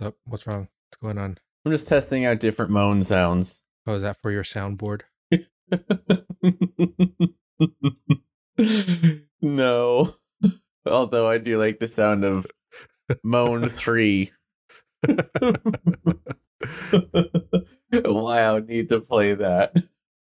up? What's wrong? What's going on? Uh, I'm just testing out different moan sounds. Oh, is that for your soundboard? no. Although I do like the sound of moan three. wow, need to play that.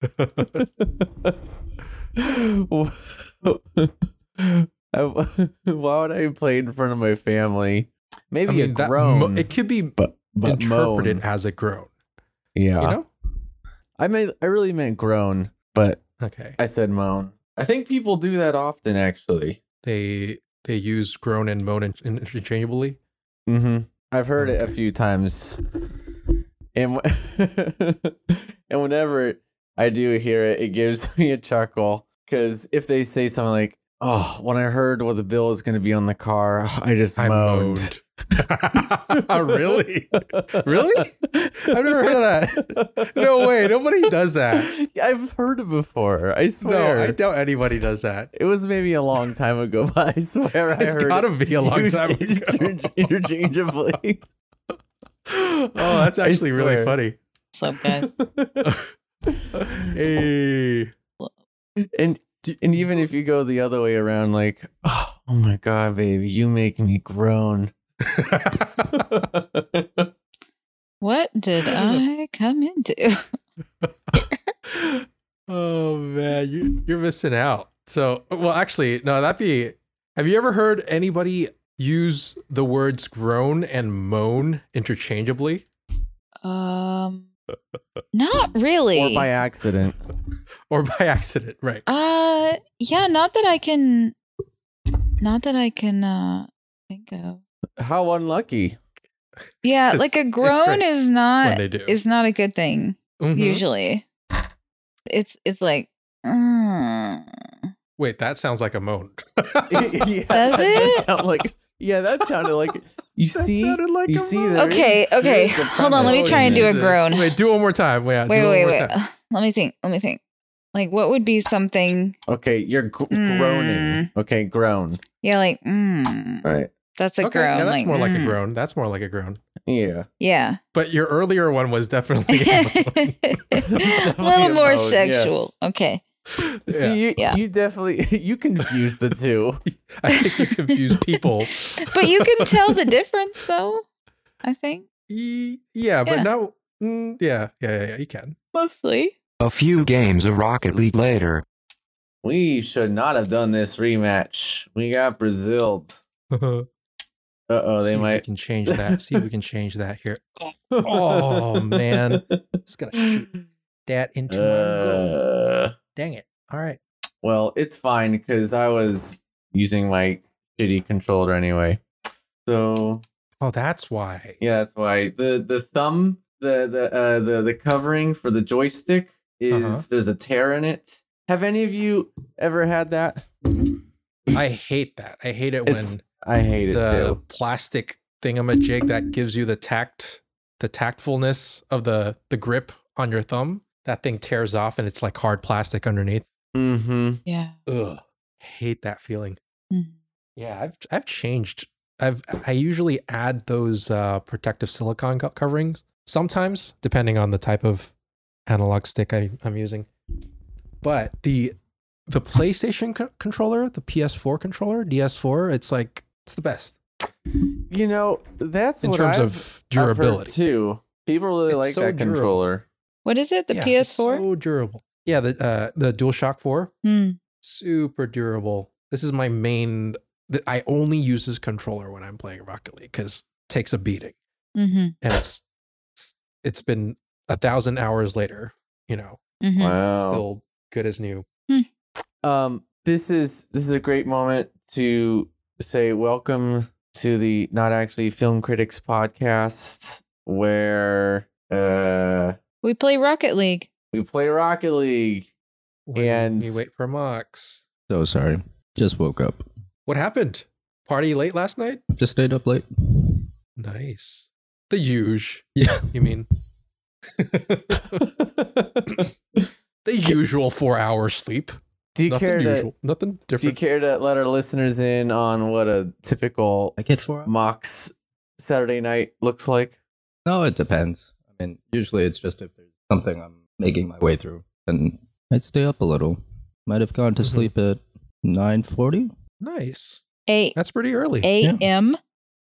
I- Why would I play it in front of my family? Maybe a that groan, mo- it could be but, but interpreted moan. as a groan. Yeah, You know? I meant I really meant groan, but Okay. I said moan. I think people do that often, actually. They they use groan and moan in- in- interchangeably. Mm-hmm. I've heard it a Okay. few times, and w- and whenever I do hear it, it gives me a chuckle because if they say something like, "Oh, when I heard what the bill was going to be on the car, I just I moaned." moaned. really? Really? I've never heard of that. No way. Nobody does that. I've heard it before. I swear. No, I doubt anybody does that. It was maybe a long time ago, but I swear I It's heard gotta it be a long time interchange- ago. interchangeably. Oh, that's I actually really swear. funny. What's up, guys? Hey. and and even if you go the other way around, like, oh, oh my god, baby, you make me groan. What did I come into? oh man, you you're missing out. So, well, actually, no, that'd be. Have you ever heard anybody use the words groan and moan interchangeably, Um, not really. or by accident. or by accident? Right. uh, yeah, not that I can, not that I can uh think of. How unlucky. Yeah, It's- like a it's groan great is when not they do. is not a good thing Mhm. usually. It's it's like. Mm. Wait, that sounds like a moan. yeah, Does that it? sound like yeah, that sounded like you That see sounded like you a see moan. there Okay, is- there okay. is a Hold on, let me premise try in and do a this. groan. Wait, do one more time. Yeah, do Wait, one wait, more wait. uh, time. Let me think. Let me think. Like, what would be something? Okay, you're gr- Mm. groaning. Okay, groan. Yeah, like, mm, Right. that's a okay, groan. yeah, that's like, more like a mm. groan. That's more like a groan. Yeah. Yeah. But your earlier one was definitely a a Definitely little a more mode, yeah. sexual. Okay. moan. See, Yeah, you, Yeah. you definitely you confuse the two. I think you confuse people. But you can tell the difference though, I think. Y- E, yeah, but Yeah. no. Mm, yeah, yeah, yeah, yeah, you can. Mostly. A few games of Rocket League later. We should not have done this rematch. We got Braziled. Uh oh, See they if We might. can change that. See if we can change that here. Oh, man. It's gonna shoot that into my goal. Uh, Dang it! All right. well, it's fine because I was using my shitty controller anyway. So Oh, that's why. yeah, that's why the the thumb the the uh, the the covering for the joystick is Uh-huh. there's a tear in it. Have any of you ever had that? I hate that. I hate it It's- when I hate it the too. plastic thingamajig that gives you the tact, the tactfulness of the the grip on your thumb. That thing tears off, and it's like hard plastic underneath. Mm-hmm. Yeah. Ugh, hate that feeling. Mhm. Yeah, I've I've changed. I've I usually add those uh, protective silicone co- coverings sometimes, depending on the type of analog stick I, I'm using. But the the PlayStation co- controller, the PS4 controller, DS4, it's like it's the best You know, that's in what terms I've, of I've heard durability. too. People really It's like so that durable. controller. What is it? The Yeah, it's PS4? so durable. Yeah, the uh, the DualShock 4, Hmm. super durable. This is my main. th- I only use this controller when I'm playing Rocket League because takes a beating. Mm-hmm. and it's it's- it's been a thousand hours later you know Mm-hmm. Oh. Wow. still good as new Um, this is this is a great moment to say welcome to the not actually film critics podcast where uh We play Rocket League. we play Rocket League. when And- we wait for mox So sorry. Just woke up. what happened party late last night Just stayed up late. nice the huge Yeah. you mean the usual four hours sleep do you nothing care to usual nothing do you different care to let our listeners in on what a typical I get four hours. Mox Saturday night looks like? No, it depends. I mean, usually it's just if there's something I'm making my way through, and I'd stay up a little. Might have gone to Mhm. sleep at nine forty. Nice. eight That's pretty early. a.m.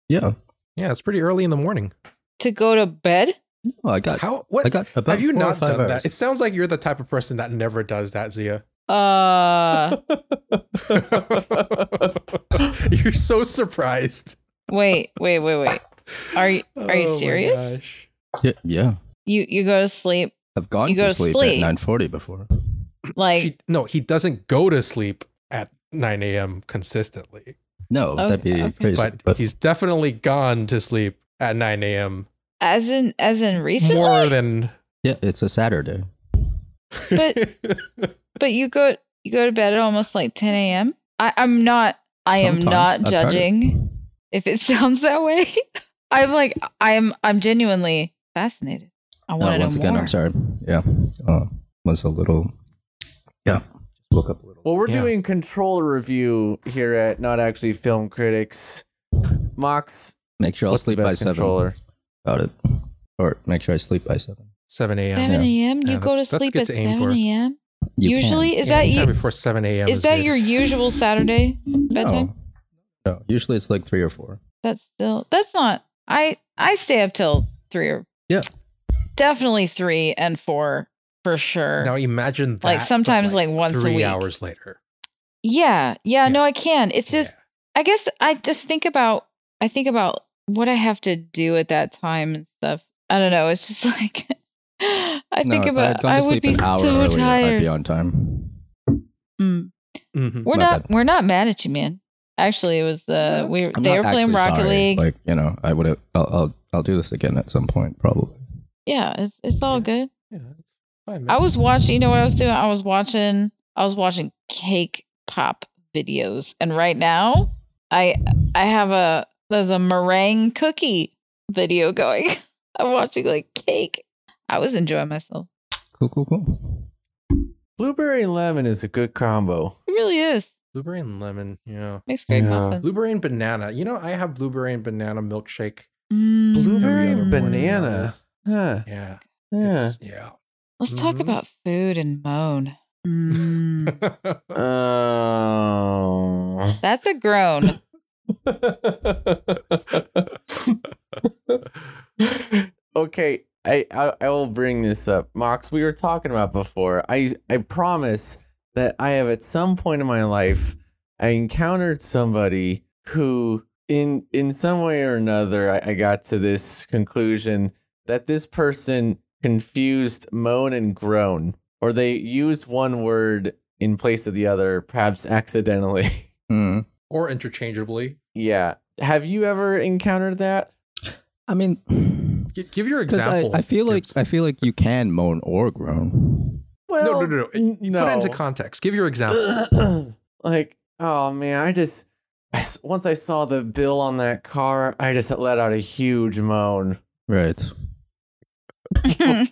Yeah. Yeah, it's pretty early in the morning. to go to bed. No, I got. How? What? I got. About have you four or not five done hours. that? It sounds like you're the type of person that never does that, Zia. Uh, you're so surprised. Oh wait, wait, wait, wait. Are you Are you serious? Yeah, yeah. you, you go to sleep I've gone You go to to sleep, sleep. at nine forty before. like She- no, he doesn't go to sleep at 9 a.m. consistently, No, that'd be Okay, okay. crazy. but, he's definitely gone to sleep at 9 a.m. as in as in recently? more than. yeah, it's a Saturday. But you go you go to bed at almost like 10 a.m. I, I'm not. I am not Sometimes. I've tried it. judging. If it sounds that way, I'm like I'm I'm genuinely fascinated. I No, want to once know again, more. I'm sorry. Yeah, uh, was a little. Yeah, woke up a little. Well, we're Yeah. doing control review here at Not Actually Film Critics. Mox, make sure I'll what's the sleep by best seven. controller? About it, or make sure I sleep by seven. 7 a.m. 7 a.m. You Yeah, go to that's- that's sleep good at to aim 7 for. a.m. You can. Usually, is Yeah, that anytime you? before 7 a.m. Is that good. your usual Saturday bedtime? Oh. No. no, usually it's like three or four. That's still that's not I I stay up till three or Yeah. Definitely three and four for sure. Now imagine that. Like, but, sometimes, like, once a three week. hours later. yeah, yeah, Yeah. no, I can. It's just I guess I just think about I think about what I have to do at that time and stuff. I don't know. It's just like I think if about had gone I to would sleep be an hour so earlier, I'd tired. be on time. Mm. Yeah. Mhm. We're My not bad. we're not mad at you, man. Actually, it was the we I'm they not were playing actually Rocket sorry. League. Like you know, I would have. I'll, I'll I'll do this again at some point probably. yeah, it's it's all Yeah. good. Yeah, that's fine, I man. was watching. You know what I was doing? I was watching. I was watching cake pop videos, and right now, I I have a there's a meringue cookie video going. I'm watching like cake. I was enjoying myself. Cool, cool, cool. Blueberry and lemon is a good combo. It really is. Blueberry and lemon. Yeah. Makes great Yeah. muffins. Blueberry and banana. You know, I have blueberry and banana milkshake. Mm. Blueberry every and other morning banana. nowadays. Huh. Yeah. Yeah. It's, yeah. Let's talk Mhm. Mm-hmm. about food and moan. Mm. Oh. That's a groan. okay, I, I I will bring this up, Mox. We were talking about before. I I promise that I have at some point in my life I encountered somebody who in in some way or another I, I got to this conclusion that this person confused moan and groan, or they used one word in place of the other, perhaps accidentally. Mm. or interchangeably. Yeah. Have you ever encountered that? I mean, G- give your because I, example. I feel like Gibbs. I feel like you can moan or groan. Well, no, no, no. n- Put it into no. context. Give your example. like, oh man, I just I s once I saw the bill on that car, I just let out a huge moan. Right.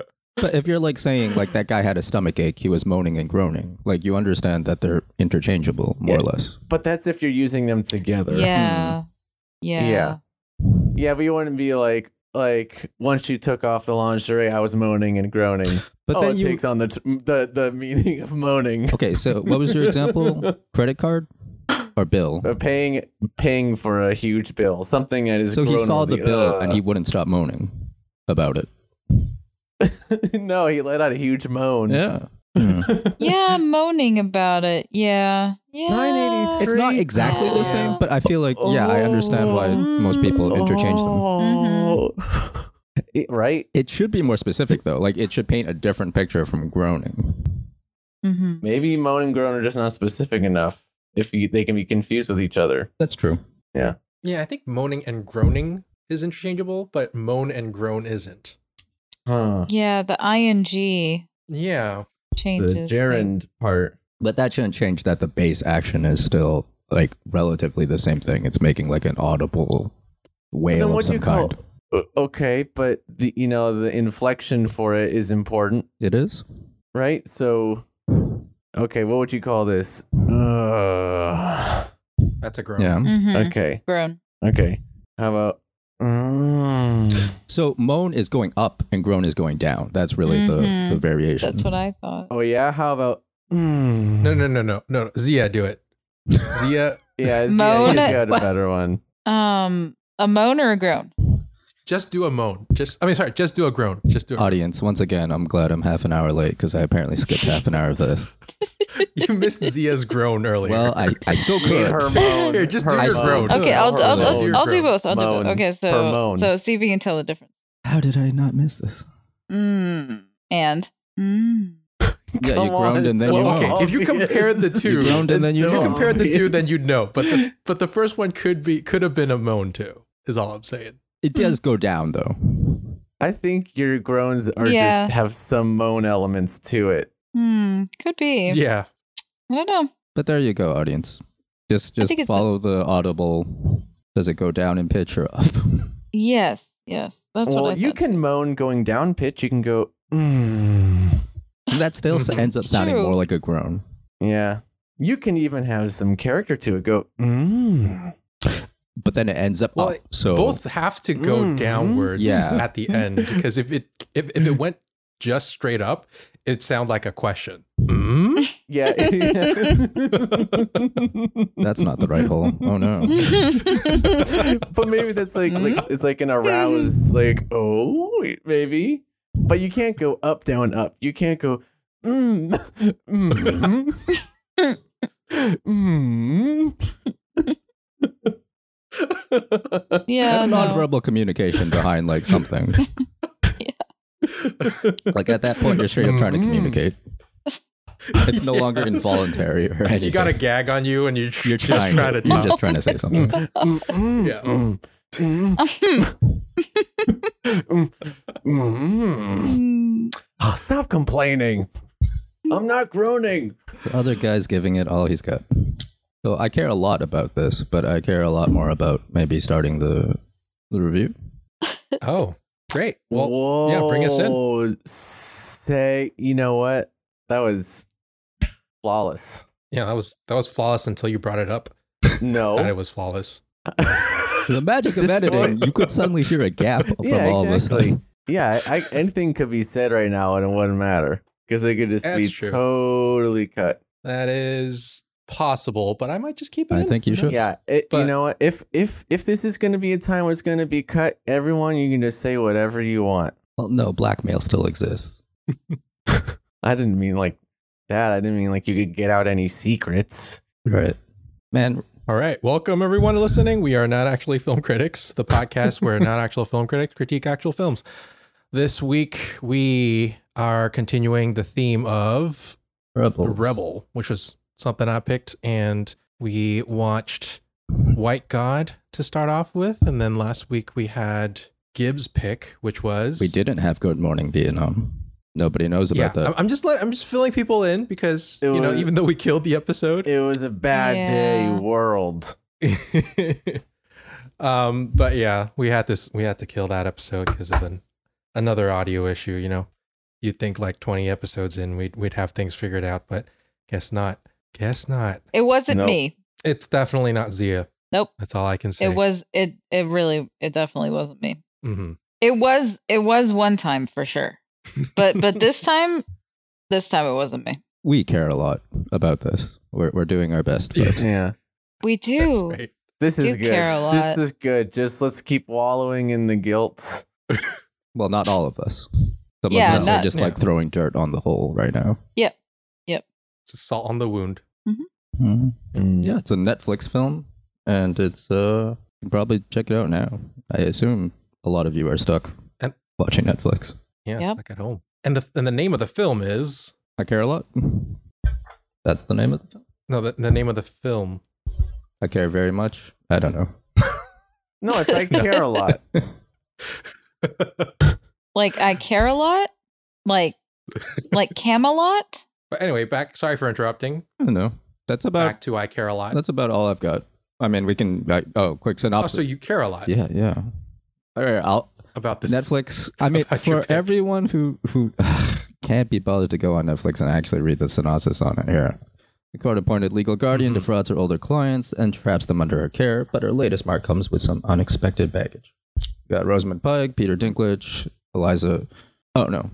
Hmm. But if you're like saying like that guy had a stomach ache, he was moaning and groaning. Like you understand that they're interchangeable, more or less. But that's if you're using them together. yeah. Yeah. Yeah. Yeah, but you wouldn't be like like once you took off the lingerie, I was moaning and groaning. But oh, then it you takes on the t- the the meaning of moaning. okay. So what was your example? Credit card or bill? Uh, paying paying for a huge bill, something that is So he saw the groan-worthy. bill and Ugh. he wouldn't stop moaning about it. no, he let out a huge moan. Yeah. Hmm. Yeah, moaning about it. Yeah. Yeah. 983. It's not exactly the Oh. same, but I feel like yeah, I understand why most people interchange them. Oh. It- right? It should be more specific though. Like it should paint a different picture from groaning. Mm-hmm. Maybe moan and groan are just not specific enough if you, they can be confused with each other. That's true. yeah, I think moaning and groaning is interchangeable, but moan and groan isn't. Huh. Yeah, the ing Yeah. changes. The like- gerund part. But that shouldn't change that the base action is still like relatively the same thing. It's making like an audible wail of what do some you call kind. O- Okay, but the you know the inflection for it is important, It is. right? So, okay, what would you call this? Ugh. That's a groan. Yeah. Mhm. Okay, Groan. okay. How about Mm. So moan is going up and groan is going down. That's really Mhm. the, the variation. That's what I thought. Oh yeah, how about mm. No, no, no, no, no. no. Zia, do it. Zia, Yeah, Zia, Moan- you got a better one. Um, a moan or a groan? just do a moan. Just, I mean, sorry, just do a groan. Just do. A, Audience, once again, I'm glad I'm half an hour late because I apparently skipped half an hour of this. you missed Zia's groan earlier. Well, I, I still could. Hormone. Here, just do your Hormone. groan. Okay, I'll, Or I'll, moan. I'll, I'll do both. I'll do Moan. both. Okay, Or so moan. so see if you can tell the difference. How did I not miss this? Mm. And mm. Yeah, Come you groaned on, and then it's you well, so moaned. okay. If you obvious. compared the two, You groaned and It's then you If so you moaned. compared the two, obvious. then you'd know. But the, but the first one could be could have been a moan too. Is all I'm saying. It does go down though. I think your groans are Yeah. just have some moan elements to it. Hmm. Could be. Yeah. I don't know. But there you go, audience. Just I just think it's follow the audible. Does it go down in pitch or up? Yes. Yes. That's well, what I you thought. can moan going down pitch. You can go. Mm. that still s- Mm-hmm. ends up sounding True. more like a groan. Yeah, you can even have some character to it. Go. Mm. But then it ends up Well, up. So Both have to go Mhm. downwards Mm-hmm. Yeah. at the end because if it if, if it went just straight up, it sounds like a question. Mm-hmm. Mm? Yeah. that's not the right hole. Oh no. but maybe that's like, like it's like an aroused like oh maybe, but you can't go up down up. You can't go. Mm, mm, mm. yeah. That's Oh, no. nonverbal communication behind like something. Like at that point, you're straight up trying to Mm-hmm. Mm. communicate. It's no longer involuntary or anything. You got a gag on you, and you're, You're just trying, to, You're talk. just trying to say something. Yeah. Mm. Oh, stop complaining. I'm not groaning. The other guy's giving it all he's got. So I care a lot about this, but I care a lot more about maybe starting the the review. Oh, great. Well, Whoa. yeah, bring us in. Say, you know what? That was flawless. yeah, that was that was flawless until you brought it up. Oh. That it No. was flawless. The magic of This editing, boy- you could suddenly hear a gap from Yeah, all of us. exactly. yeah, I, I, anything could be said right now and it wouldn't matter because it could just be That's true. totally cut. That is possible, but I might just keep it. I in. think you should. Yeah, it, you But- know what? If if if this is going to be a time where it's going to be cut, everyone, you can just say whatever you want. Well, no, blackmail still exists. I didn't mean like that. I didn't mean like you could get out any secrets. Right. Man, All right. Welcome, everyone listening. We are not actually film critics, the podcast where not actual film critics critique actual films. This week, we are continuing the theme of The rebel. Rebel, which was something I picked. And we watched White God to start off with. And then last week, we had Gibbs' pick, which was. We didn't have Good Morning Vietnam. Nobody knows Yeah, about I'm- that. I'm just let, I'm just filling people in because It you know was- even though we killed the episode, It was a bad day, Yeah. world. um, but yeah, we had this. We had to kill that episode because of an, another audio issue. You know, you'd think like twenty episodes in, we'd we'd have things figured out, but guess not. Guess not. It wasn't Nope. me. It's definitely not Zia. Nope. That's all I can say. It was. It. It really. It definitely wasn't me. Mhm. It was. It was one time for sure. But but this time, this time it wasn't me. we care a lot about this. We're, we're doing our best, folks. Yeah. We That's do. right. This is You good. care a This lot. is good. Just let's keep wallowing in the guilt. Well, not all of us. Some Yeah, of us not- are just like Yeah. throwing dirt on the hole right now. It's a salt on the wound. Yeah, it's a Netflix film, and it's uh, you can probably check it out now. I assume a lot of you are stuck And- watching Netflix. Yeah, Yep. stuck at home. And the and the name of the film is I care a lot. That's the name of the film. no the, the name of the film. I care very much. I don't know. No, it's I care a lot. Like I care a lot. Like like Camelot. But anyway, back. Sorry for interrupting. I don't know. That's Back about to I care a lot. that's about all I've got. I mean, we can. I, oh, quick Oh, synopsis. so you care a lot yeah, yeah. All right, I'll, about this. Netflix. I mean, about your for pick. everyone who who can't be bothered to go on Netflix and actually read the synopsis on it here. The court-appointed legal guardian Mhm. defrauds her older clients and traps them under her care, but her latest mark comes with some unexpected baggage. We got Rosamund Pike, Peter Dinklage, Eliza. Oh no,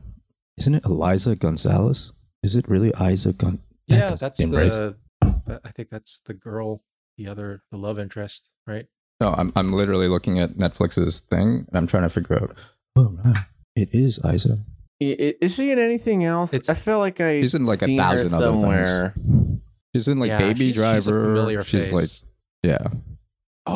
isn't it Eliza Gonzalez? Is it really Eliza Gon? That Yeah, doesn't that's seem racist. the. that- I think that's the girl, the other, the love interest, right? No, I'm I'm literally looking at Netflix's thing and I'm trying to figure out. Oh no, it is Isa. I- i- Is she in anything else? It's- I feel like I She's in like a seen her thousand other somewhere. things. She's in like Yeah, Baby she's- Driver. She's, a familiar She's, like face. yeah,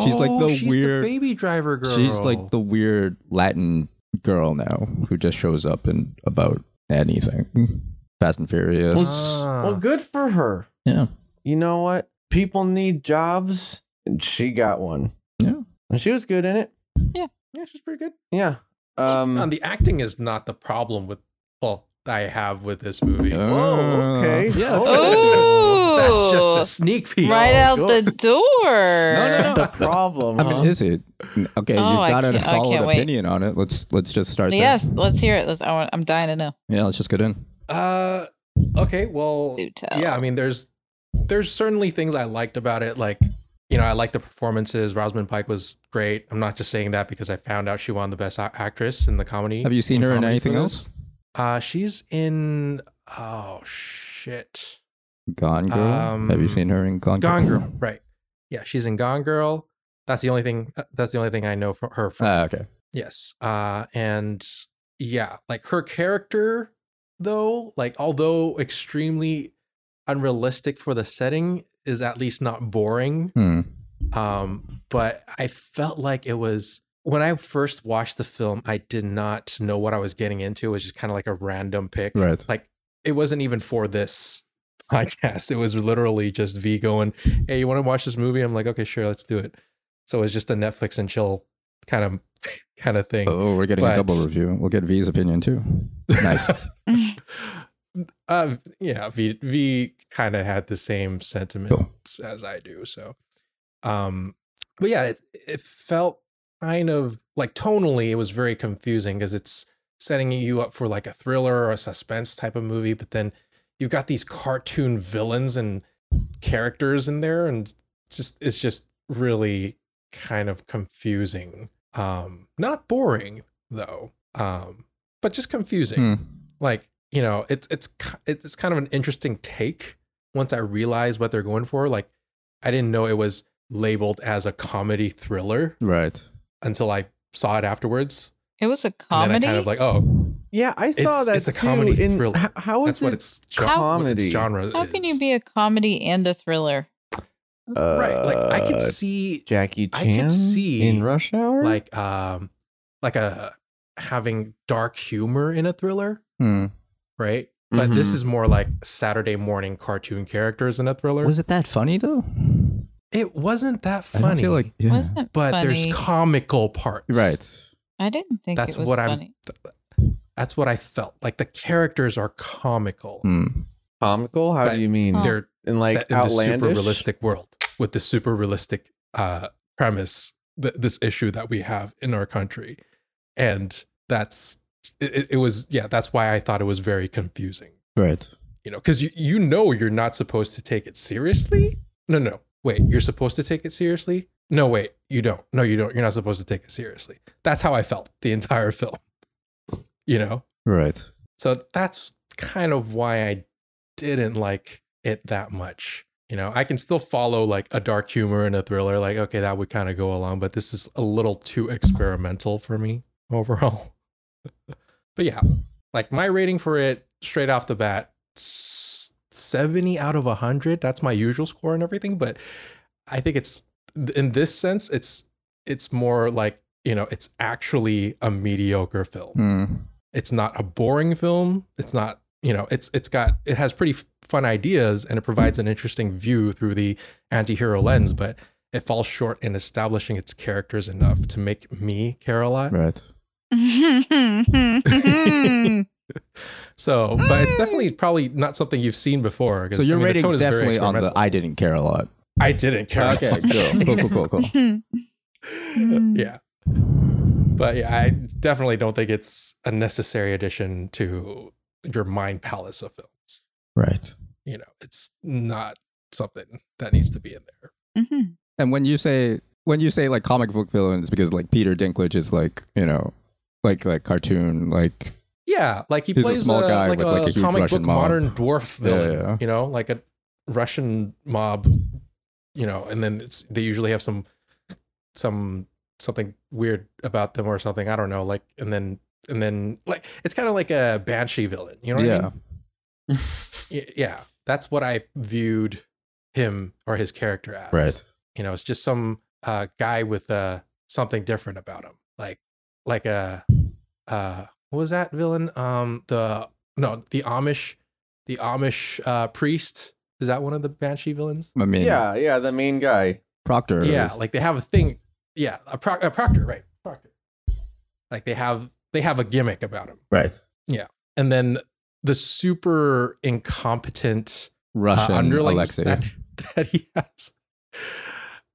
she's like the Oh, she's weird- baby driver girl. she's like the weird Latin girl now who just shows up in about anything. Fast and Furious. Well, Ah. Well, good for her. yeah, You know what? People need jobs, and she got one. Yeah. and she was good in it. yeah, she's pretty good. Yeah. Um, Uh, Um. the acting is not the problem with well I have with this movie. Uh, Whoa, okay. Yeah, that's Oh. good. Oh, Ooh. that's just a sneak peek. right out go- the door. No, no, no. The problem. I mean, huh? is it okay? Oh, you've I got a can't- I solid can't wait. opinion on it. Let's let's just start. Yes, let's hear it. Let's, I want, I'm dying to know. There. Yeah, let's just get in. Uh, okay. Well, Do tell. yeah. I mean, there's there's certainly things I liked about it. Like, you know, I liked the performances. Rosamund Pike was great. I'm not just saying that because I found out she won the best a- actress in the comedy. Have you seen her in comedy anything for else? this. Uh, she's in. Oh shit. Gone Girl. Have Um, you seen her in Gone Girl? Gone Girl. Right. Yeah, she's in Gone Girl. That's the only thing. uh, That's the only thing I know from her. From. Ah, okay. Yes. Uh and yeah, like her character though, like although extremely unrealistic for the setting is at least not boring. Hmm. Um but I felt like it was when I first watched the film, I did not know what I was getting into. It was just kind of like a random pick. Right. Like it wasn't even for this podcast. It was literally just V going, "Hey, you want to watch this movie?" I'm like, "Okay, sure, let's do it." So it was just a Netflix and chill kind of kind of thing. Oh, we're getting a But- double review. We'll get V's opinion too. Nice. uh, yeah, V V kind of had the same sentiments as I do. So, um, but yeah, it, it felt kind of like tonally, it was very confusing because it's setting you up for like a thriller or a suspense type of movie, but then you've got these cartoon villains and characters in there, and it's just it's just really kind of confusing. Um, not boring though, um, but just confusing Hmm. like you know it's it's ki- it's kind of an interesting take once i realized what they're going for like i didn't know it was labeled as a comedy thriller Right. until i saw it afterwards It was a and comedy. then i kind of like oh yeah, I saw it's- that. it's a too comedy in- thriller. h- how is that's what it? it's How- what its comedy. genre How is. can you be a comedy and a thriller? right like i Uh, could see Jackie I Chan could see, in Rush Hour. like um like a having dark humor in a thriller Hmm. right but this Mm-hmm. Mhm. is more like saturday morning cartoon characters in a thriller Was it that funny though? it wasn't that I funny don't feel like. Yeah. Wasn't but funny. there's comical parts. Right. I didn't think That's it was what I'm- funny. That's what I felt. Like the characters are comical. Hmm. comical. How But do you mean? Huh. They're in like set in outlandish. the super realistic world with the super realistic uh, premise, th- this issue that we have in our country. And that's, it, it- it was, yeah, that's why I thought it was very confusing, Right. you know, because you, you know you're not supposed to take it seriously. No, no, wait, you're supposed to take it seriously? No, wait, you don't. No, you don't. You're not supposed to take it seriously. That's how I felt the entire film, you know? Right. So that's kind of why I didn't like it that much. You know, I can still follow like a dark humor and a thriller, like, okay, that would kind of go along, but this is a little too experimental for me overall. but yeah, like my rating for it straight off the bat s- 70 out of 100. That's my usual score and everything. But I think it's in this sense, it's it's more like, you know, it's actually a mediocre film Hmm. it's not a boring film it's not you know it's it's got it has pretty f- fun ideas and it provides an interesting view through the anti-hero lens but it falls short in establishing its characters enough to make me care a lot Right. so but it's definitely probably not something you've seen before 'cause, So I your mean, the rating's tone is very definitely on the. experimental. I didn't care a lot. i didn't care Okay. Cool. cool. Cool. Cool. Cool. yeah but yeah i definitely don't think it's a necessary addition to your mind palace of films Right. you know, it's not something that needs to be in there. Mhm. And when you say when you say like comic book villain, it's because like Peter Dinklage is like you know, like like cartoon like Yeah, like he He's a plays small guy like, with, a like, a huge comic Russian book mob. modern dwarf villain. Yeah, yeah, yeah. You know, like a Russian mob. You know, and then it's they usually have some some something weird about them or something. I don't know. Like and then and then like it's kind of like a banshee villain. You know what I yeah. mean? Y- Yeah, that's what I viewed him or his character as. Right. You know, it's just some uh, guy with uh, something different about him, like like a uh, what was that villain? Um, the no, the Amish, the Amish uh, priest. Is that one of the Banshee villains? I mean, yeah, yeah, the main guy. Proctor. Yeah, is- like they have a thing. Yeah, a, proc- a proctor, right? Proctor. Like they have they have a gimmick about him, right. and then the super incompetent Russian uh, underlings Alexei. That, that he has.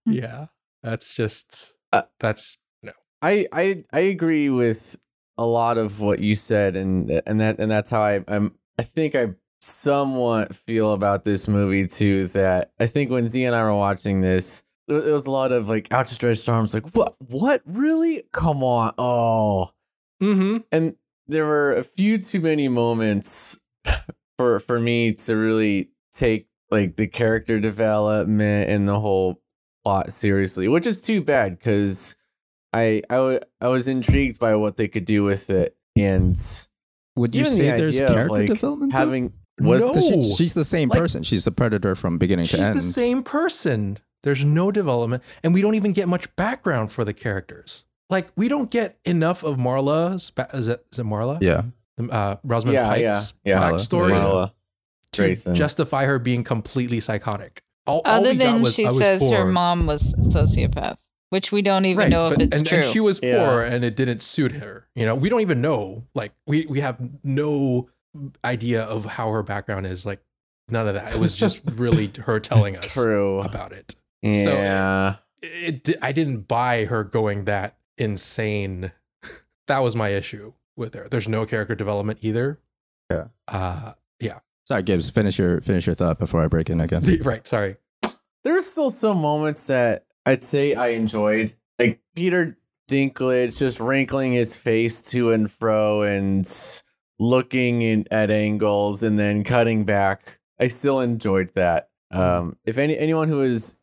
yeah, that's just Uh, that's no. I, I I agree with a lot of what you said, and and that and that's how I I'm I think I somewhat feel about this movie too. Is that I think when Z and I were watching this, there, there was a lot of like outstretched arms, like what what really? Come on, oh, Mm-hmm. and there were a few too many moments for for me to really take like the character development and the whole plot seriously, which is too bad because I I wa- I was intrigued by what they could do with it and Would you even the say there's idea of, character like, development? though? having was No. 'Cause she- Oh. she's the same Like- person. She's a predator from beginning to She's end. the same person. There's no development, and we don't even get much background for the characters. Like we don't get enough of Marla's ba- is it, is it Marla? Yeah. Uh, Rosamund Yeah, Pike's yeah, yeah. backstory Marla. Marla. to Grayson. justify her being completely psychotic. All, all Other we got than was, she "I was says her poor." mom was a sociopath, which we don't even know if but- it's and, true. and she was Yeah. poor and it didn't suit her. You know, we don't even know. Like we we have no idea of how her background is. Like none of that. It was just really her telling us True. about it. So- Yeah. It, di- I didn't buy her going that insane. that was my issue with her. There's no character development either. Yeah. Uh Sorry, Gibbs. Finish your finish your thought before I break in again. right, sorry. there's still some moments that I'd say I enjoyed, like Peter Dinklage just wrinkling his face to and fro and looking in, at angles and then cutting back. I still enjoyed that. Um, if any anyone who has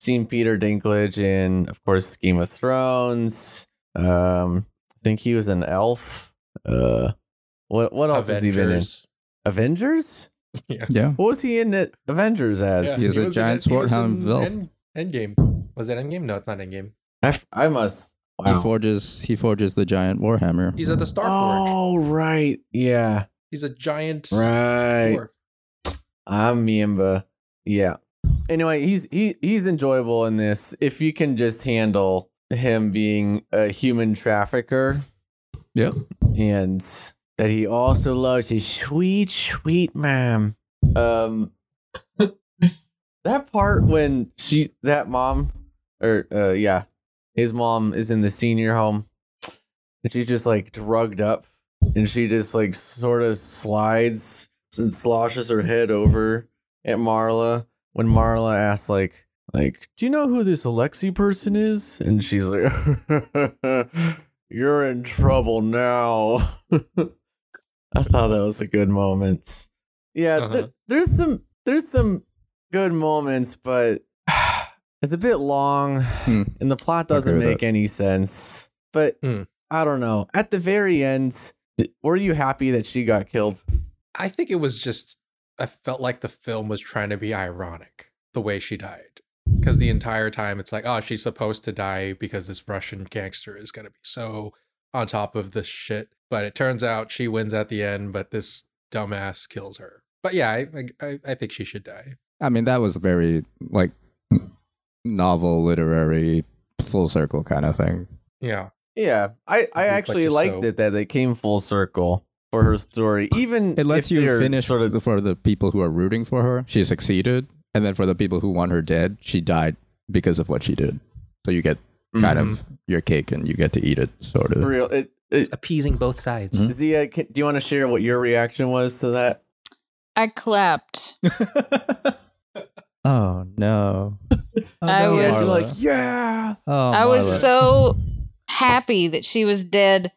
seen Peter Dinklage in, of course, Game of Thrones, um, I think he was an elf. Uh, what what else has he been in? Avengers. Avengers? Yeah. Yeah. What was he in it- Avengers as? He is a was giant in- he was sword-hound in villain. End, Endgame. Was it Endgame? No, it's not Endgame. I, f- I must. He forges he forges the giant warhammer. Mm. He's at the Star Forge. Oh right, yeah, He's a giant right. dwarf. I remember. Yeah. Anyway, he's he he's enjoyable in this. If you can just handle him being a human trafficker yeah. and that he also loves his sweet sweet mom. Um, that part when she that mom or uh yeah, his mom is in the senior home and she's just like drugged up and she just like sort of slides and sloshes her head over at Marla when Marla asks like like do you know who this Alexi person is and she's like you're in trouble now I thought that was a good moment yeah th- Uh-huh. there's some there's some good moments but it's a bit long Hmm. and the plot doesn't with make that. any sense but Hmm. I don't know at the very end th- were you happy that she got killed I think it was just I felt like the film was trying to be ironic the way she died. Because the entire time it's like, oh, she's supposed to die because this Russian gangster is gonna be so on top of this shit. But it turns out she wins at the end, but this dumbass kills her. But yeah, I I, I think she should die. I mean that was very like novel literary full circle kind of thing. Yeah. Yeah, I, I Like actually just liked so- it that it came full circle for her story. Even It lets if you they're finish sort of the- for the people who are rooting for her. She succeeded, and then for the people who want her dead, she died because of what she did. So you get Hmm. kind Mm-hmm. of your cake and you get to eat it, sort of. for real. It, it, Appeasing both sides. Mhm. Zia, can, do you want to share what your reaction was to that? I clapped. Oh no! I no, was- Marla. like, yeah. oh, I Marla. was so happy that she was dead.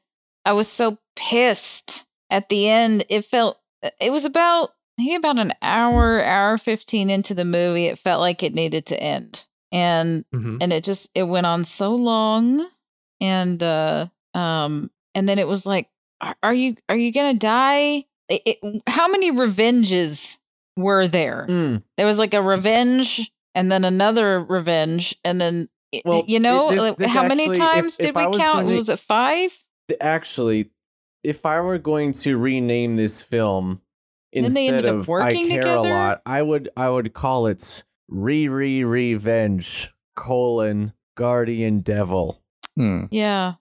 I was so pissed at the end. It felt it was about maybe about an hour, hour fifteen into the movie. It felt like it needed to end, and Mm-hmm. Mhm. and it just it went on so long, and uh, um, and then it was like, are, are you are you gonna die? It, it, how many revenges were there? Mm. There was like a revenge and then another revenge and then y- Well, you know it- this- like, this how many actually- if- times if did we I was count? gonna- was it five? Th- Actually, if I were going to rename this film Then they instead ended up of I working care a together? lot, I would I would call it re re revenge colon guardian devil Hmm. Yeah.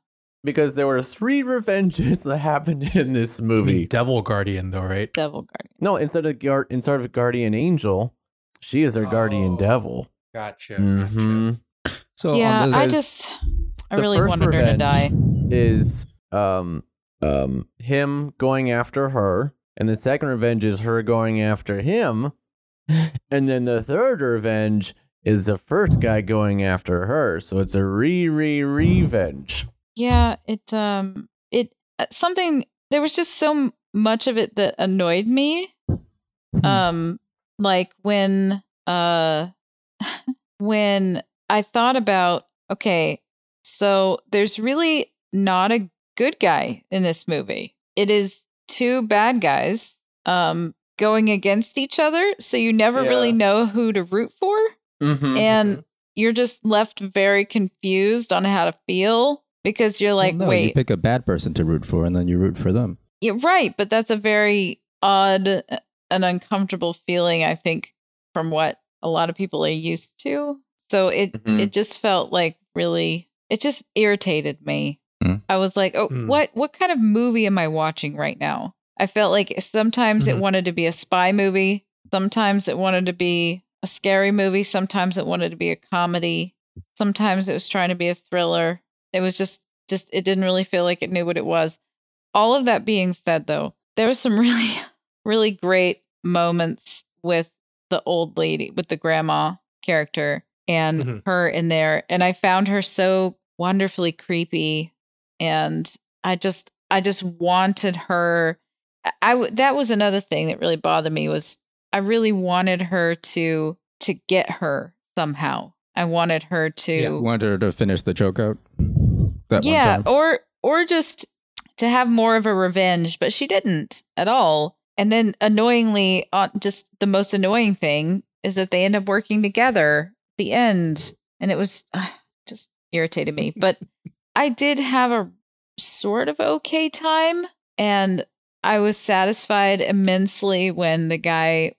because there were three revenges that happened in this I mean, movie. Devil Guardian, though, right? Devil Guardian. No, instead of guard, instead of guardian angel, she is her guardian Oh. devil. Gotcha. hmm So yeah, on the, I those- just I the really first wanted her to revenge die. is um um him going after her and the second revenge is her going after him and then the third revenge is the first guy going after her so it's a re re revenge Yeah, it um it uh, something there was just so m- much of it that annoyed me. Mm. Um like when uh when I thought about okay, so there's really not a good guy in this movie. It is two bad guys um going against each other, so you never Yeah. really know who to root for mm-hmm. and you're just left very confused on how to feel because you're like, well, no, you wait, pick a bad person to root for, and then you root for them. yeah, right, but that's a very odd uh, and uncomfortable feeling, I think, from what a lot of people are used to. So it Mhm. it just felt like really it just irritated me. Mm. I was like, oh, Mm. what what kind of movie am I watching right now? I felt like sometimes Mhm. it wanted to be a spy movie, sometimes it wanted to be a scary movie, sometimes it wanted to be a comedy, sometimes it was trying to be a thriller. It was just just it didn't really feel like it knew what it was. All of that being said though, there was some really really great moments with the old lady with the grandma character and Mhm. her in there and I found her so wonderfully creepy and I just I just wanted her I- I w- that was another thing that really bothered me was I really wanted her to to get her somehow. I wanted her to Yeah, You wanted her to finish the choke out. That yeah one time. or or just to have more of a revenge but she didn't at all and then annoyingly uh, just the most annoying thing is that they end up working together at the end and it was uh, just irritated me but i did have a sort of okay time and i was satisfied immensely when the guy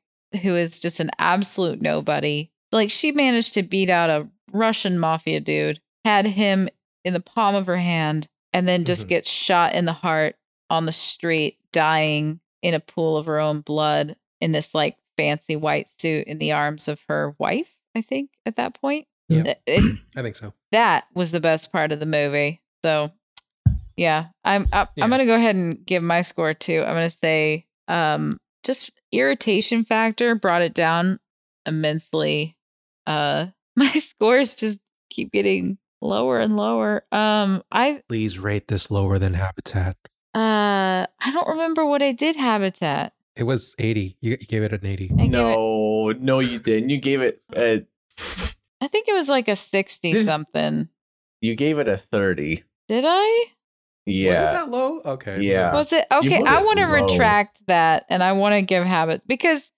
who is just an absolute nobody like she managed to beat out a russian mafia dude had him in the palm of her hand and then just Mhm. gets shot in the heart on the street, dying in a pool of her own blood in this like fancy white suit in the arms of her wife, I think, at that point. Yeah. Th- it- I think so. that was the best part of the movie. So, yeah, I'm I, Yeah. I'm gonna go ahead and give my score too. I'm gonna say um, just irritation factor brought it down immensely. Uh, my scores just keep getting lower and lower. Um, I Please rate this lower than Habitat. uh I don't remember what I did Habitat. It was 80. You, you gave it an 80. I gave it, no no you didn't you gave it a, I think it was like a sixty This- something. you gave it a 30 Did I? Was it yeah that low? Okay. Yeah. Was it okay? put I it want to low. retract that, and I want to give habit because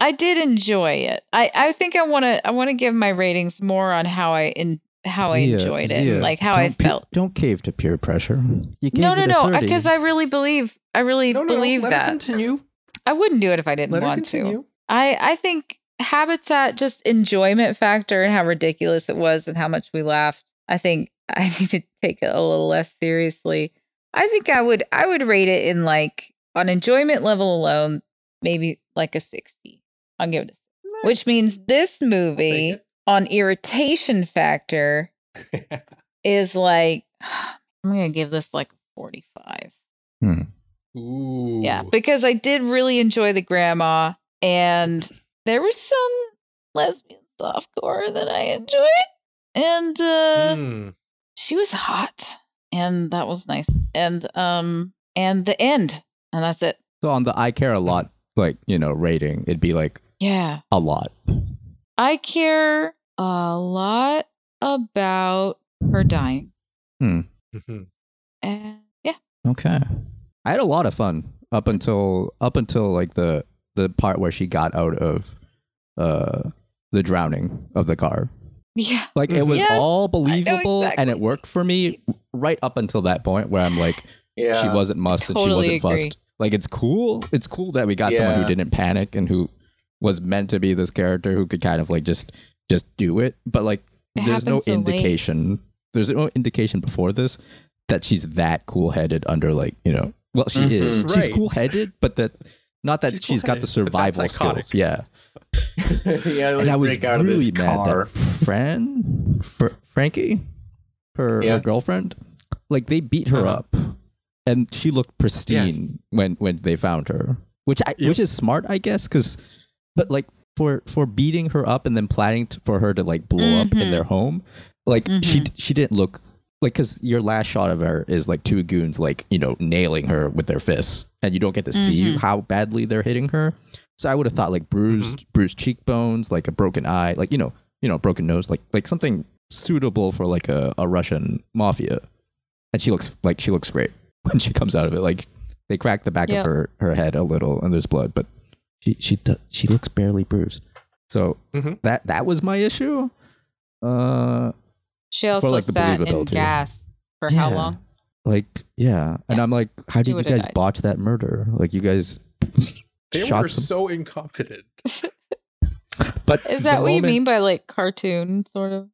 I did enjoy it. I I think I want to I want to give my ratings more on how I in how I Zia, enjoyed it, Zia, like how I don't pe- felt. don't cave to peer pressure. You gave No, it no, a no, 30. because I really believe I really No, no, believe let that her continue. I wouldn't do it if I didn't Let her want to. continue. I I think habitat just enjoyment factor and how ridiculous it was and how much we laughed. I think I need to take it a little less seriously. I think I would I would rate it in like on enjoyment level alone, maybe like a sixty. I'll give it a sixty. Which means this Take movie it. on irritation factor is like I'm gonna give this like forty five. Ooh. Yeah, because I did really enjoy the grandma, and there was some lesbian softcore that I enjoy. And uh, Mm. she was hot, and that was nice. And um, and the end, and that's it. So on the I care a lot, like, you know, rating, it'd be like Yeah, a lot. I care a lot about her dying, Mhm. and yeah, Okay. I had a lot of fun up until up until like the the part where she got out of uh the drowning of the car. yeah, Like it was Yes, all believable and exactly. it worked for me right up until that point where I'm like Yeah. she wasn't mussed and she totally wasn't agree. fussed. Like it's cool. It's cool that we got someone Yeah. who didn't panic and who was meant to be this character who could kind of like just just do it. But like It there's no happens so late. indication. There's no indication before this that she's that cool headed under like, you know well she Mhm. is. Right. She's cool headed, but that not that She's she's got the cool-headed, but that's survival skills. iconic. Yeah. yeah, And I was break out of this really mad car. that Fran, Fr- Frankie, her, her Yeah. girlfriend, like they beat her Uh-huh. up, and she looked pristine when when they found her, which I, Yeah. which is smart, I guess, because but like for for beating her up and then planning t- for her to like blow up in their home, like she d- she didn't look like because your last shot of her is like two goons like you know nailing her with their fists and you don't get to see how badly they're hitting her so i would have thought like bruised bruised cheekbones like a broken eye like you know you know broken nose like like something suitable for like a, a russian mafia and she looks like she looks great when she comes out of it like they crack the back Yeah. of her her head a little and there's blood but she she do- she looks barely bruised so Mhm. that that was my issue uh she also like, the sat in believability. gas for how Yeah. long? Like, yeah. And Yeah. I'm like, how She did you would've guys died. botch that murder? Like, you guys They shot were some. so incompetent. but Is that the what you moment- mean by like cartoon sort of?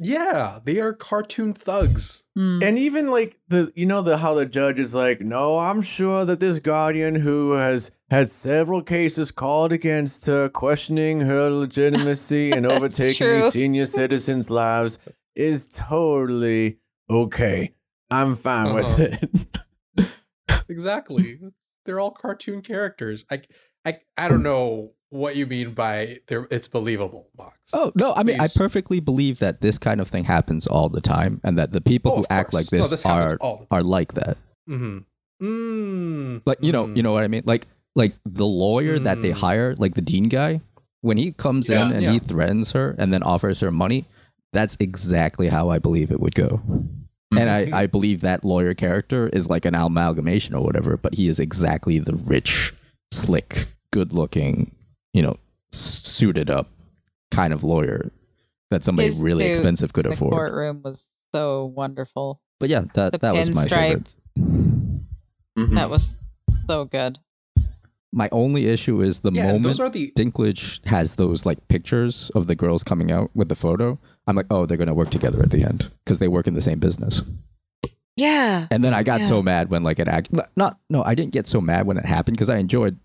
Yeah, they are cartoon thugs. Hmm. And even like the you know the how the judge is like, no, I'm sure that this guardian who has had several cases called against her, questioning her legitimacy and That's overtaking true. these senior citizens' lives, is totally okay. I'm fine with Uh-huh. it. Exactly. They're all cartoon characters. I, I, I don't know what you mean by they're, it's believable, Mox. Oh, no. I mean, Please. I perfectly believe that this kind of thing happens all the time and that the people Oh, who of act like course. this, No, this happens are all the time. are like that. Mm-hmm. Mm. Like, you know, Mhm. you know what I mean? Like, like the lawyer that they Mm. hire, like the dean guy, when he comes Yeah. in and Yeah. he threatens her and then offers her money, that's exactly how I believe it would go. And I, I believe that lawyer character is like an amalgamation or whatever, but he is exactly the rich, slick, good looking, you know, s- suited up kind of lawyer that somebody His really suit, expensive could the afford. courtroom was so wonderful. But yeah, The that, that was my pinstripe favorite. Mm-hmm. Mm. that was so good. My only issue is the Yeah, and moment. those are the Dinklage has those like pictures of the girls coming out with the photo. I'm like, oh, they're gonna work together at the end because they work in the same business. Yeah. And then I got so Yeah. mad when like an act. Not no, I didn't get so mad when it happened because I enjoyed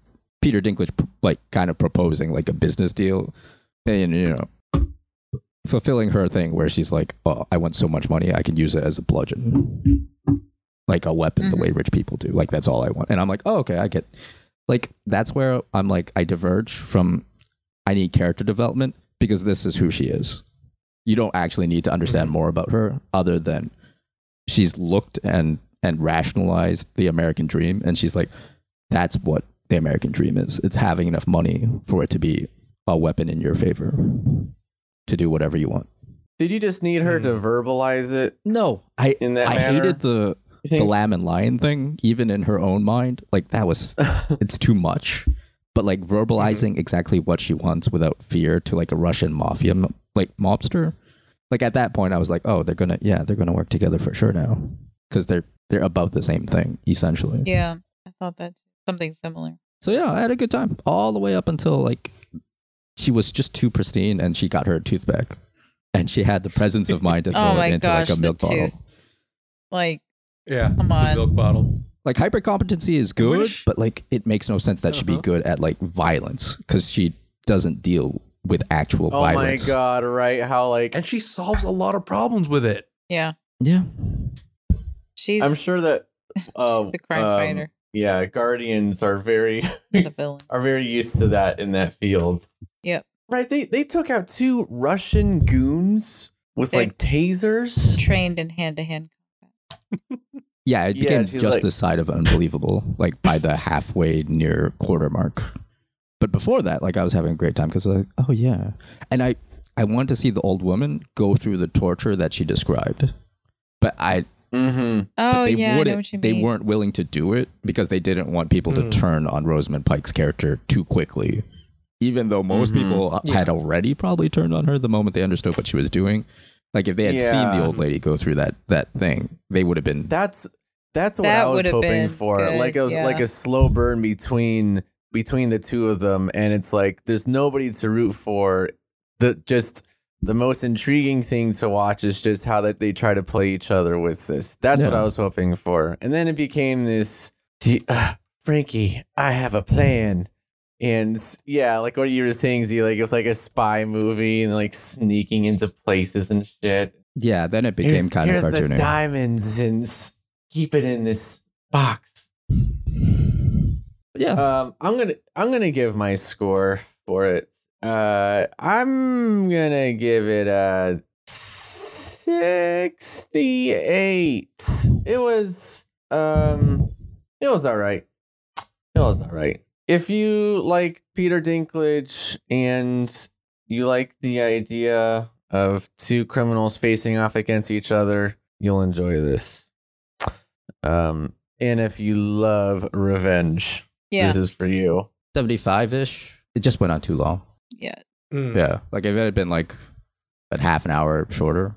Peter Dinklage pr- like kind of proposing like a business deal, and you know, fulfilling her thing where she's like, oh, I want so much money, I can use it as a bludgeon, like a weapon, the way rich people do. Like that's all I want. And I'm like, oh, okay, I get. Like that's where I'm like I diverge from. I need character development because this is who she is. You don't actually need to understand more about her other than she's looked and and rationalized the American dream, and she's like, that's what the American dream is. It's having enough money for it to be a weapon in your favor to do whatever you want. Did you just need her to Mm. verbalize it No, I in that I manner? hated the You the think- lamb and lion thing, even in her own mind. Like that was it's too much. But like verbalizing exactly what she wants without fear to like a Russian mafia m- like mobster. Like at that point, I was like, oh, they're gonna yeah, they're gonna work together for sure now because they're they're about the same thing essentially. Yeah. I thought that something similar. So yeah, I had a good time all the way up until like she was just too pristine and she got her tooth back. And she had the presence of mind to throw Oh my it into gosh, like a the milk bottle. tooth. Like yeah, Come the on. milk bottle. Like hyper competency is What good, is she- but like it makes no sense that she'd be Uh-huh. good at like violence because she doesn't deal with actual oh violence. my god! Right? How like And she solves a lot of problems with it. yeah. Yeah. She's, I'm sure that uh, she's the crime um, fighter. Yeah, guardians are very and The villain. are very used to that in that field. Right? They they took out two Russian goons with They're- like tasers. Trained in hand to hand. Yeah, it Yeah, became she's just like- the side of unbelievable, like by the halfway near quarter mark. But before that, like I was having a great time because like, oh yeah, and I I wanted to see the old woman go through the torture that she described, but I Mm-hmm. but Oh they yeah, I know what wouldn't you they mean. weren't willing to do it because they didn't want people Hmm. Mm. to turn on Rosamund Pike's character too quickly, even though most Mhm. people had already probably turned on her the moment they understood what she was doing. Like if they had seen Yeah. the old lady go through that that thing, they would have been That's that's what Mm. That I was would've hoping been for. good, like a yeah. like a slow burn between between the two of them, and it's like there's nobody to root for. The just the most intriguing thing to watch is just how that they try to play each other with this. That's what Yeah. I was hoping for, and then it became this. "Gee, ah, Frankie, I have a plan. And yeah, like what you were saying, Z, like it was like a spy movie and like sneaking into places and shit Yeah, then it became kind of the cartoony. diamonds and s- keep it in this box. yeah. Um, I'm gonna I'm gonna give my score for it. Uh, I'm gonna give it a sixty-eight. It was um, it was all right. It was all right. If you like Peter Dinklage and you like the idea of two criminals facing off against each other, you'll enjoy this. Um, and if you love revenge, yeah, this is for you. 75 ish. It just went on too long. yeah. Mm. Yeah. Mm-hmm. Like if it had been like a half an hour shorter,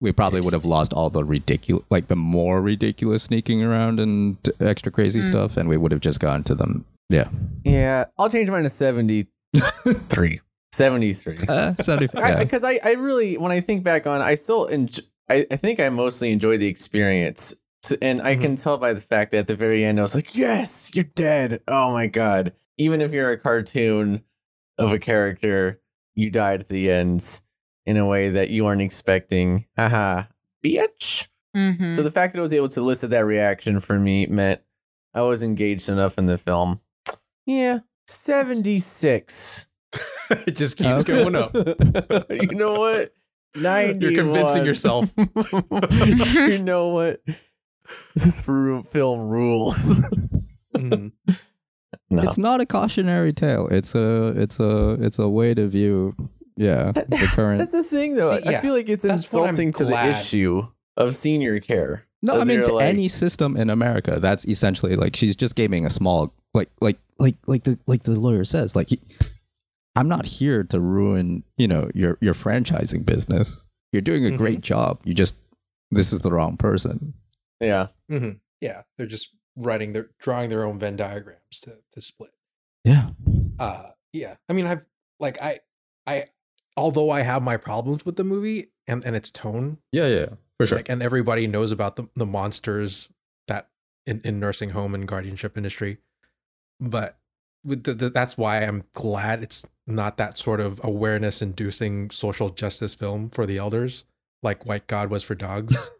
we probably would have lost all the ridiculous, like the more ridiculous sneaking around and extra crazy Mm. stuff, and we would have just gone to them. Yeah. Yeah, I'll change mine to 73. 73. Uh, 75. yeah. Because I, I, really, when I think back on, I still, enj- I, I think I mostly enjoy the experience. S- And I can tell by the fact that at the very end, I was like, yes, you're dead. Oh my God. Even if you're a cartoon of a character, you died at the end in a way that you aren't expecting. Haha, bitch. hmm So the fact that I was able to elicit that reaction for me meant I was engaged enough in the film. Yeah, 76. it just keeps Okay. going up. you know what? 91. Oh. You're convincing yourself. you know what? This ru- film rules. Mm. No. It's not a cautionary tale. It's a it's a it's a way to view yeah, That- the current That's the thing, though. See, yeah, I feel like it's that's what I'm insulting to the glad. issue of senior care. No, That I mean they're to like- any system in America. That's essentially like she's just gaming a small like like like like the like the lawyer says. Like, he, I'm not here to ruin you know your your franchising business. You're doing a Mm-hmm. Mhm. great job. You just this is the wrong person. Yeah. Mhm. Yeah, they're just writing their drawing their own Venn diagrams to to split. Yeah, uh yeah i mean i've like i i although i have my problems with the movie and and its tone yeah, yeah, for like and everybody knows about the, the monsters that in, in nursing home and guardianship industry but with the, the, that's why i'm glad it's not that sort of awareness inducing social justice film for the elders like white god was for dogs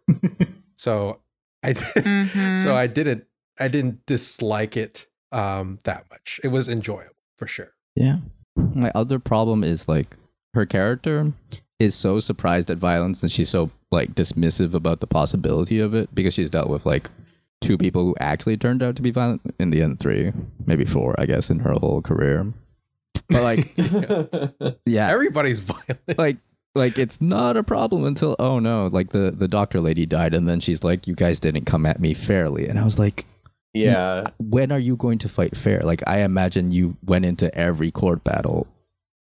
so i did, Mm-hmm. so i didn't i didn't dislike it um that much it was enjoyable for sure Yeah. My other problem is like her character is so surprised at violence and she's so like dismissive about the possibility of it because she's dealt with like two people who actually turned out to be violent in the end three, maybe four, I guess, in her whole career. But like yeah, Everybody's violent. like like it's not a problem until oh no, like the the doctor lady died and then she's like you guys didn't come at me fairly and I was like yeah. when are you going to fight fair? Like I imagine you went into every court battle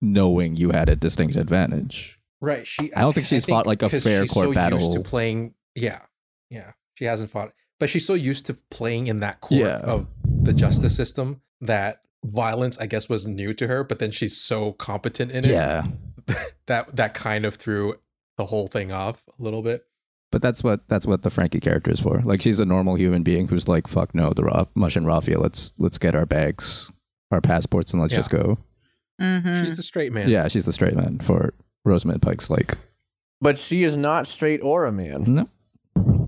knowing you had a distinct advantage. Right. She. I don't think she's fought, like, a 'cause fair she's court so Used to battle. playing. Yeah. Yeah. She hasn't fought, but she's so used to playing in that court Yeah. of the justice system that violence, I guess, was new to her. But then she's so competent in it that that kind of threw the whole thing off a little bit. But that's what that's what the Frankie character is for. Like she's a normal human being who's like, fuck no, the Ra- Mush and Rafia, let's let's get our bags, our passports, and let's Yeah. just go. hmm She's the straight man. Yeah, she's the straight man for Rosamund Pike's like But she is not straight or a man. no.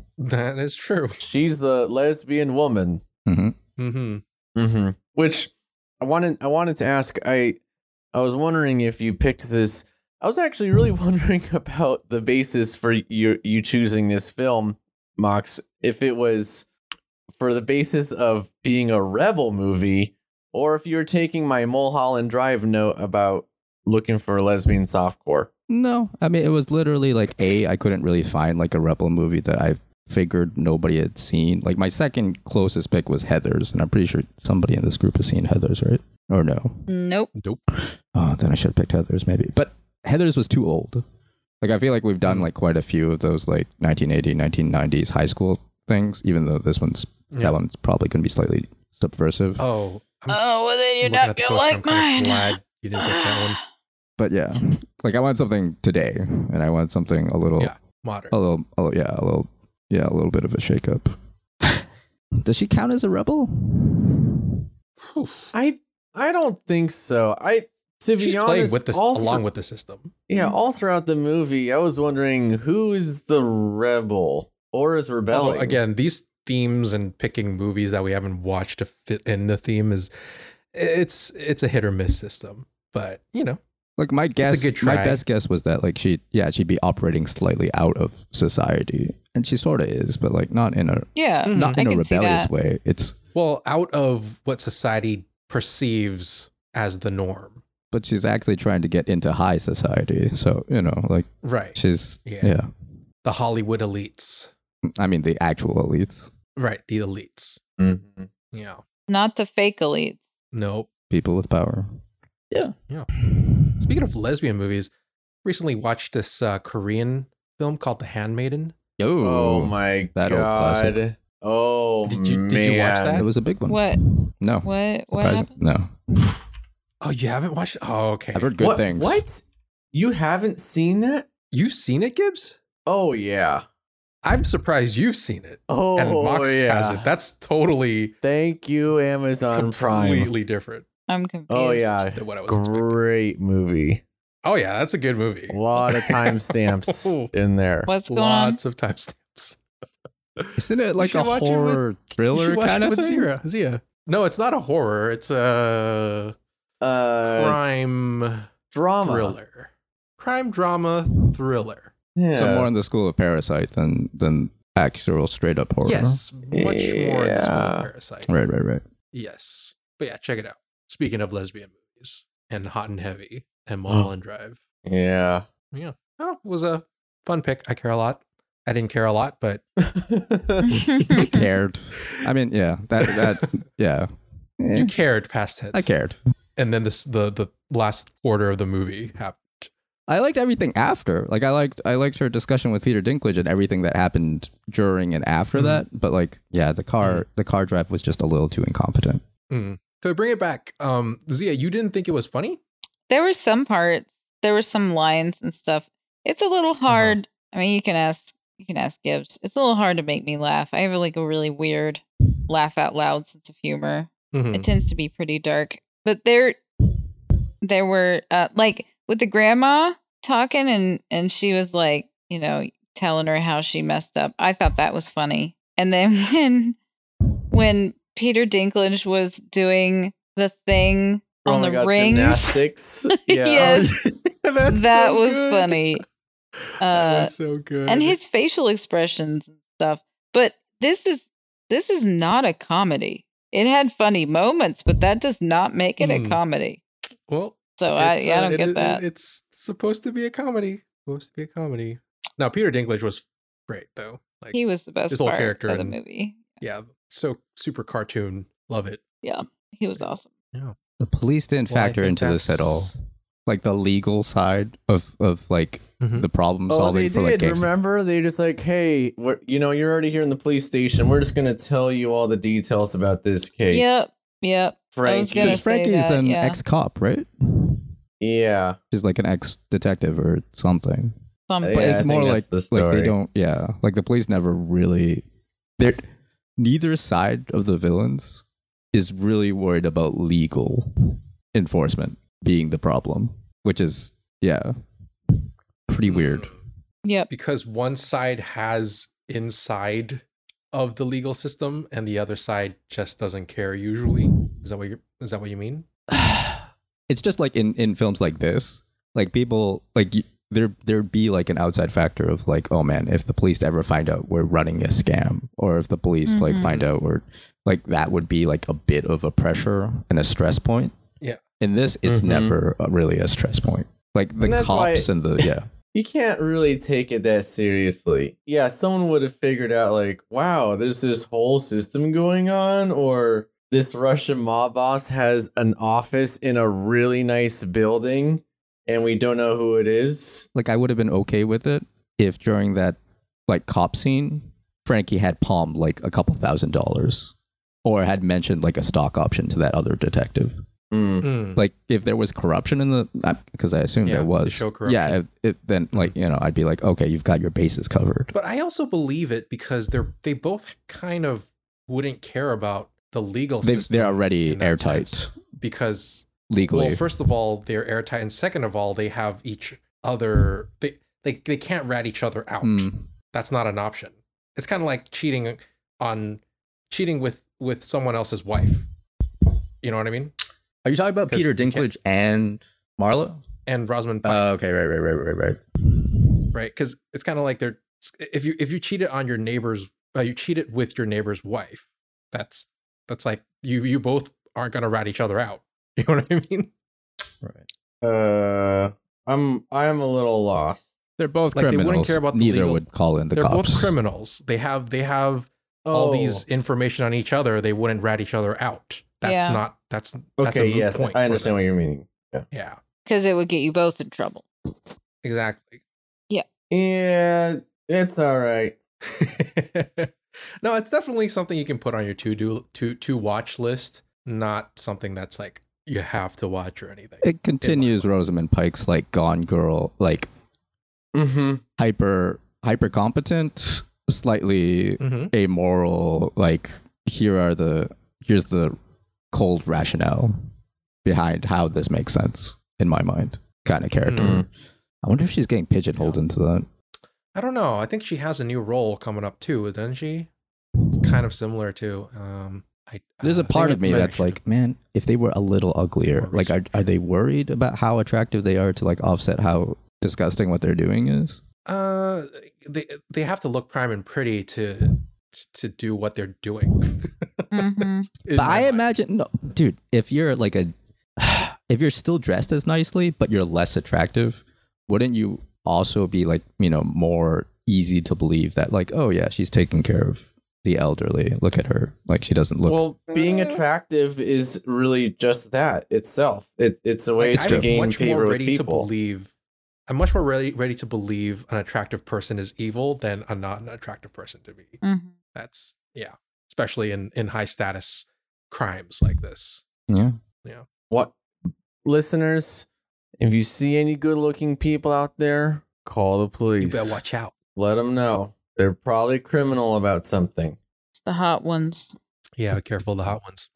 Mm-hmm. That is true. She's a lesbian woman. hmm hmm Mm-hmm. Which I wanted I wanted to ask I I was wondering if you picked this. I was actually really wondering about the basis for you you choosing this film, Mox. If it was for the basis of being a rebel movie, or if you were taking my Mulholland Drive note about looking for lesbian softcore. No, I mean it was literally like a. I couldn't really find like a rebel movie that I figured nobody had seen. Like my second closest pick was Heather's, and I'm pretty sure somebody in this group has seen Heather's, right? Or no? Nope. Nope. Oh, then I should have picked Heather's maybe. But Heather's was too old. Like I feel like we've done like quite a few of those like 1980, 1990s high school things. Even though this one's Yeah. that one's probably going to be slightly subversive. Oh, I'm Oh, well, then you're looking not at the gonna poster, like I'm kinda mine. Glad you didn't get that one. But yeah, like I want something today, and I want something a little, Yeah. Modern. a little, a little yeah, a little, yeah, a little bit of a shakeup. Does she count as a rebel? I I don't think so. I to be She's honest, playing with this all thr- along with the system. Mm-hmm. yeah, all throughout the movie, I was wondering who is the rebel or is Although, rebelling. again, these themes and picking movies that we haven't watched to fit in the theme is it's it's a hit or miss system. But you know, Like my guess, good my try. best guess was that like she, yeah, she'd be operating slightly out of society, and she sort of is, but like not in a Yeah. Mhm. not Mm-hmm. I in a can see rebellious that. way. It's well, out of what society perceives as the norm, but she's actually trying to get into high society, so you know, like right? she's Yeah. yeah. The Hollywood elites, I mean, the actual elites, right? The elites. Mm-hmm. Mhm. Yeah. Not the fake elites. Nope. people with power. Yeah. Yeah. Speaking of lesbian movies, recently watched this uh, Korean film called The Handmaiden. Oh my that old god! classic. oh, Did you- did you watch man. that? It was a big one. What? No. What? What Surprising. happened? No. Oh, you haven't watched it? Oh, okay. I've heard good what, things. What? You haven't seen that? You've seen it, Gibbs? Oh yeah. I'm surprised you've seen it. Oh and Mox yeah. has it. That's totally Thank you, Amazon Prime. completely different I'm confused. Oh yeah, than what I was expecting. great movie. Oh yeah, that's a good movie. A lot of timestamps in there. What's going on? Lots of timestamps. Isn't it like should a watch it with- horror You thriller should watch kind it of with thing? Zira. Zia. No, it's not a horror. It's a Uh, crime drama. thriller. Crime drama thriller. Yeah. So more in the school of parasite than than actual straight up horror. Yes, much more in the Smell Yeah. of Parasite. Right, right, right. Yes, but yeah, check it out. Speaking of lesbian movies and Hot and Heavy and Mulholland Drive, Yeah. oh, it was a fun pick. I care a lot. I didn't care a lot, but I cared. I mean, yeah. That that yeah. Eh, you cared past tense. I cared. And then this the the last quarter of the movie happened. I liked everything after. Like I liked I liked her discussion with Peter Dinklage and everything that happened during and after Mhm. that. But like, yeah, the car Mm-hmm. the car drive was just a little too incompetent. Mm. So bring it back. Um, Zia, you didn't think it was funny? There were some parts. There were some lines and stuff. It's a little hard. I mean, you can ask. You can ask Gibbs. It's a little hard to make me laugh. I have like a really weird laugh out loud sense of humor. Mhm. It tends to be pretty dark. But there, there were uh, like with the grandma talking, and and she was like, you know, telling her how she messed up. I thought that was funny. And then when when Peter Dinklage was doing the thing on Oh my the God, rings. Gymnastics. Yes. That's that so was good. funny. that Uh, was so good. and his facial expressions and stuff. But this is this is not a comedy. It had funny moments, but that does not make it Mm. a comedy. well, So I, It's, yeah, I uh, don't it- get it- that. it's supposed to be a comedy. Supposed to be a comedy. Now Peter Dinklage was great though. Like he was the best his whole part character of the and- movie. yeah, so super cartoon. Love it. He was awesome. The police didn't Well, I factor think into this at all. that's- Like the legal side of of like Mhm. the problem Oh, solving they for like did. cases. remember, they just like, hey, we're, you know, you're already here in the police station. We're just gonna tell you all the details about this case. Yep, yep. was Frankie. gonna Because say Frankie's that, an yeah. ex cop, right? Yeah. She's like an ex detective or something. Uh, Something. But Yeah, I it's think more like that's the like they story. don't yeah. Like the police never really they're neither side of the villains is really worried about legal enforcement being the problem. Which is yeah. Pretty weird. Yep. because one side has inside of the legal system and the other side just doesn't care usually. Is that what you is that what you mean? it's just like in in films like this, like people like you, there there'd be like an outside factor of like, oh man, if the police ever find out we're running a scam, or if the police like Mhm. find out we're like that would be like a bit of a pressure and a stress point. Yeah. In this, it's Mhm. never uh, really a stress point. Like the And that's why- cops and the yeah. you can't really take it that seriously. Yeah, someone would have figured out like, wow, there's this whole system going on, or this Russian mob boss has an office in a really nice building, and we don't know who it is. Like I would have been okay with it if during that like cop scene, Frankie had palmed like a couple thousand dollars or had mentioned like a stock option to that other detective. Hmm. Mm. Like if there was corruption in the because I assume Yeah, there was. show corruption. Yeah, if, if then like, you know, I'd be like, okay, you've got your bases covered. But I also believe it because they're they both kind of wouldn't care about the legal They've, system they're already in that airtight sense. because legally. Well, first of all, they're airtight, and second of all, they have each other. They they, they can't rat each other out. Mm. That's not an option. It's kind of like cheating on cheating with with someone else's wife. You know what I mean? Are you talking about 'Cause Peter you can't- Dinklage and Marla? And Rosamund Pike, Uh, okay, right, right, right, right, right. right? Because it's kind of like they're if you if you cheat it on your neighbor's uh, you cheat it with your neighbor's wife. That's that's like you you both aren't gonna rat each other out. You know what I mean? Uh, I'm I'm a little lost. They're both Like, they wouldn't criminals. care about the Neither legal- would call in the they're cops. both criminals. They have they have Oh, all these information on each other, they wouldn't rat each other out. That's Yeah. not that's that's Okay, a moot yes, point I for understand them. what you're meaning. Yeah, because it would get you both in trouble. exactly. Yeah, it's all right. no, it's definitely something you can put on your to do to to watch list, not something that's like you have to watch or anything. it continues Rosamund Pike's like Gone Girl, like Mm-hmm. hyper hyper competent, slightly Mhm. amoral. Like here are the here's the cold rationale behind how this makes sense in my mind, kind of character. Mm. I wonder if she's getting pigeonholed into that. I don't know. I think she has a new role coming up too, doesn't she? It's kind of similar to. Um, I, There's uh, a I think part of it's me like- that's like, man, if they were a little uglier, More like, are, are they worried about how attractive they are to like offset how disgusting what they're doing is? uh, they they have to look prime and pretty to to do what they're doing. hmm in But my I mind. imagine, no, dude, if you're like a, if you're still dressed as nicely, but you're less attractive, wouldn't you also be like, you know, more easy to believe that, like, oh yeah, she's taking care of the elderly. Look at her. Like, she doesn't look. Well, Uh. being attractive is really just that itself. It, it's a way Like, to I'm gain much favor more with ready to people. believe. I'm much more ready ready to believe an attractive person is evil than a not an attractive person to be. hmm That's yeah, especially in in high status crimes like this. yeah. What listeners? If you see any good-looking people out there, call the police. You better watch out. Let them know they're probably criminal about something. It's the hot ones. Yeah, be careful of the hot ones.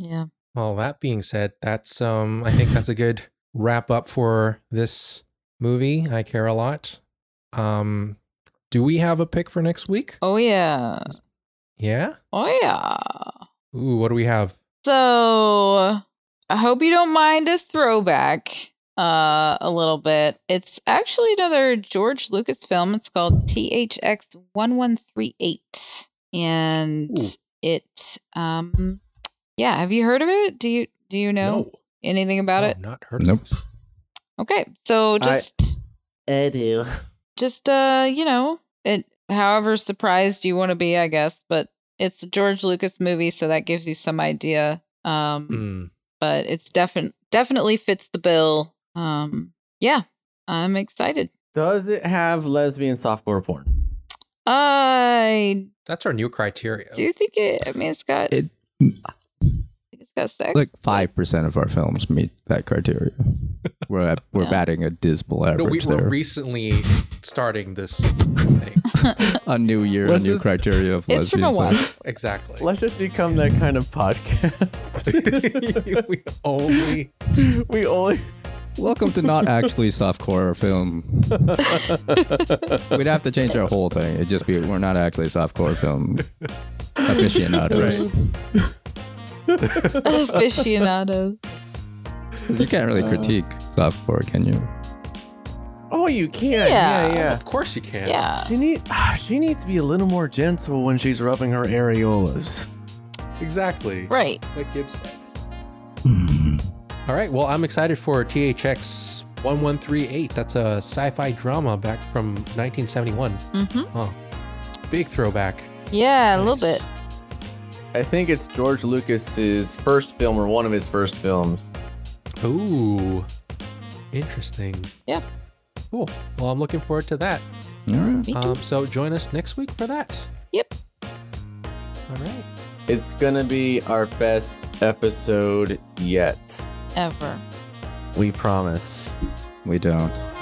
Yeah. Well, that being said, that's um, I think that's a good wrap up for this movie. I care a lot. Um, do we have a pick for next week? Oh yeah. Yeah. Oh yeah. Ooh, what do we have? So I hope you don't mind a throwback uh, a little bit. It's actually another George Lucas film. It's called THX 1138. And Ooh. it um yeah, have you heard of it? Do you do you know anything about no, it? Oh, Not heard. Of Nope. this. Okay. So I- just I do. just uh you know it however surprised you want to be i guess but it's a george lucas movie so that gives you some idea um Mm. but it's definitely definitely fits the bill um yeah i'm excited Does it have lesbian softcore porn? i That's our new criteria. do think it i mean it's got It- it's got sex Like five percent of our films meet that criteria. We're at, we're Yeah. batting a dismal no, we average were there. recently starting this thing. a new year, What's a new this- criteria of it's from a lesbian sex. while Exactly. Let's just become that kind of podcast. we only we only. Welcome to not actually softcore film. We'd have to change our whole thing. It'd just be we're not actually softcore film aficionados. aficionados You can't really Uh, critique softcore, can you? Oh, you can. Yeah, Yeah. yeah. Of course you can. Yeah. She need ah, she needs to be a little more gentle when she's rubbing her areolas. Exactly. Right. Like Gibbs said. All right. Well, I'm excited for THX 1138. That's a sci fi drama back from 1971. hmm Huh. Big throwback. Yeah, a little Nice. bit. I think it's George Lucas's first film or one of his first films. Ooh. Interesting. Yeah. Cool. Well, I'm looking forward to that. All right. Me too. Um, so join us next week for that. Yep. All right. It's gonna be our best episode yet. Ever. We promise. We don't.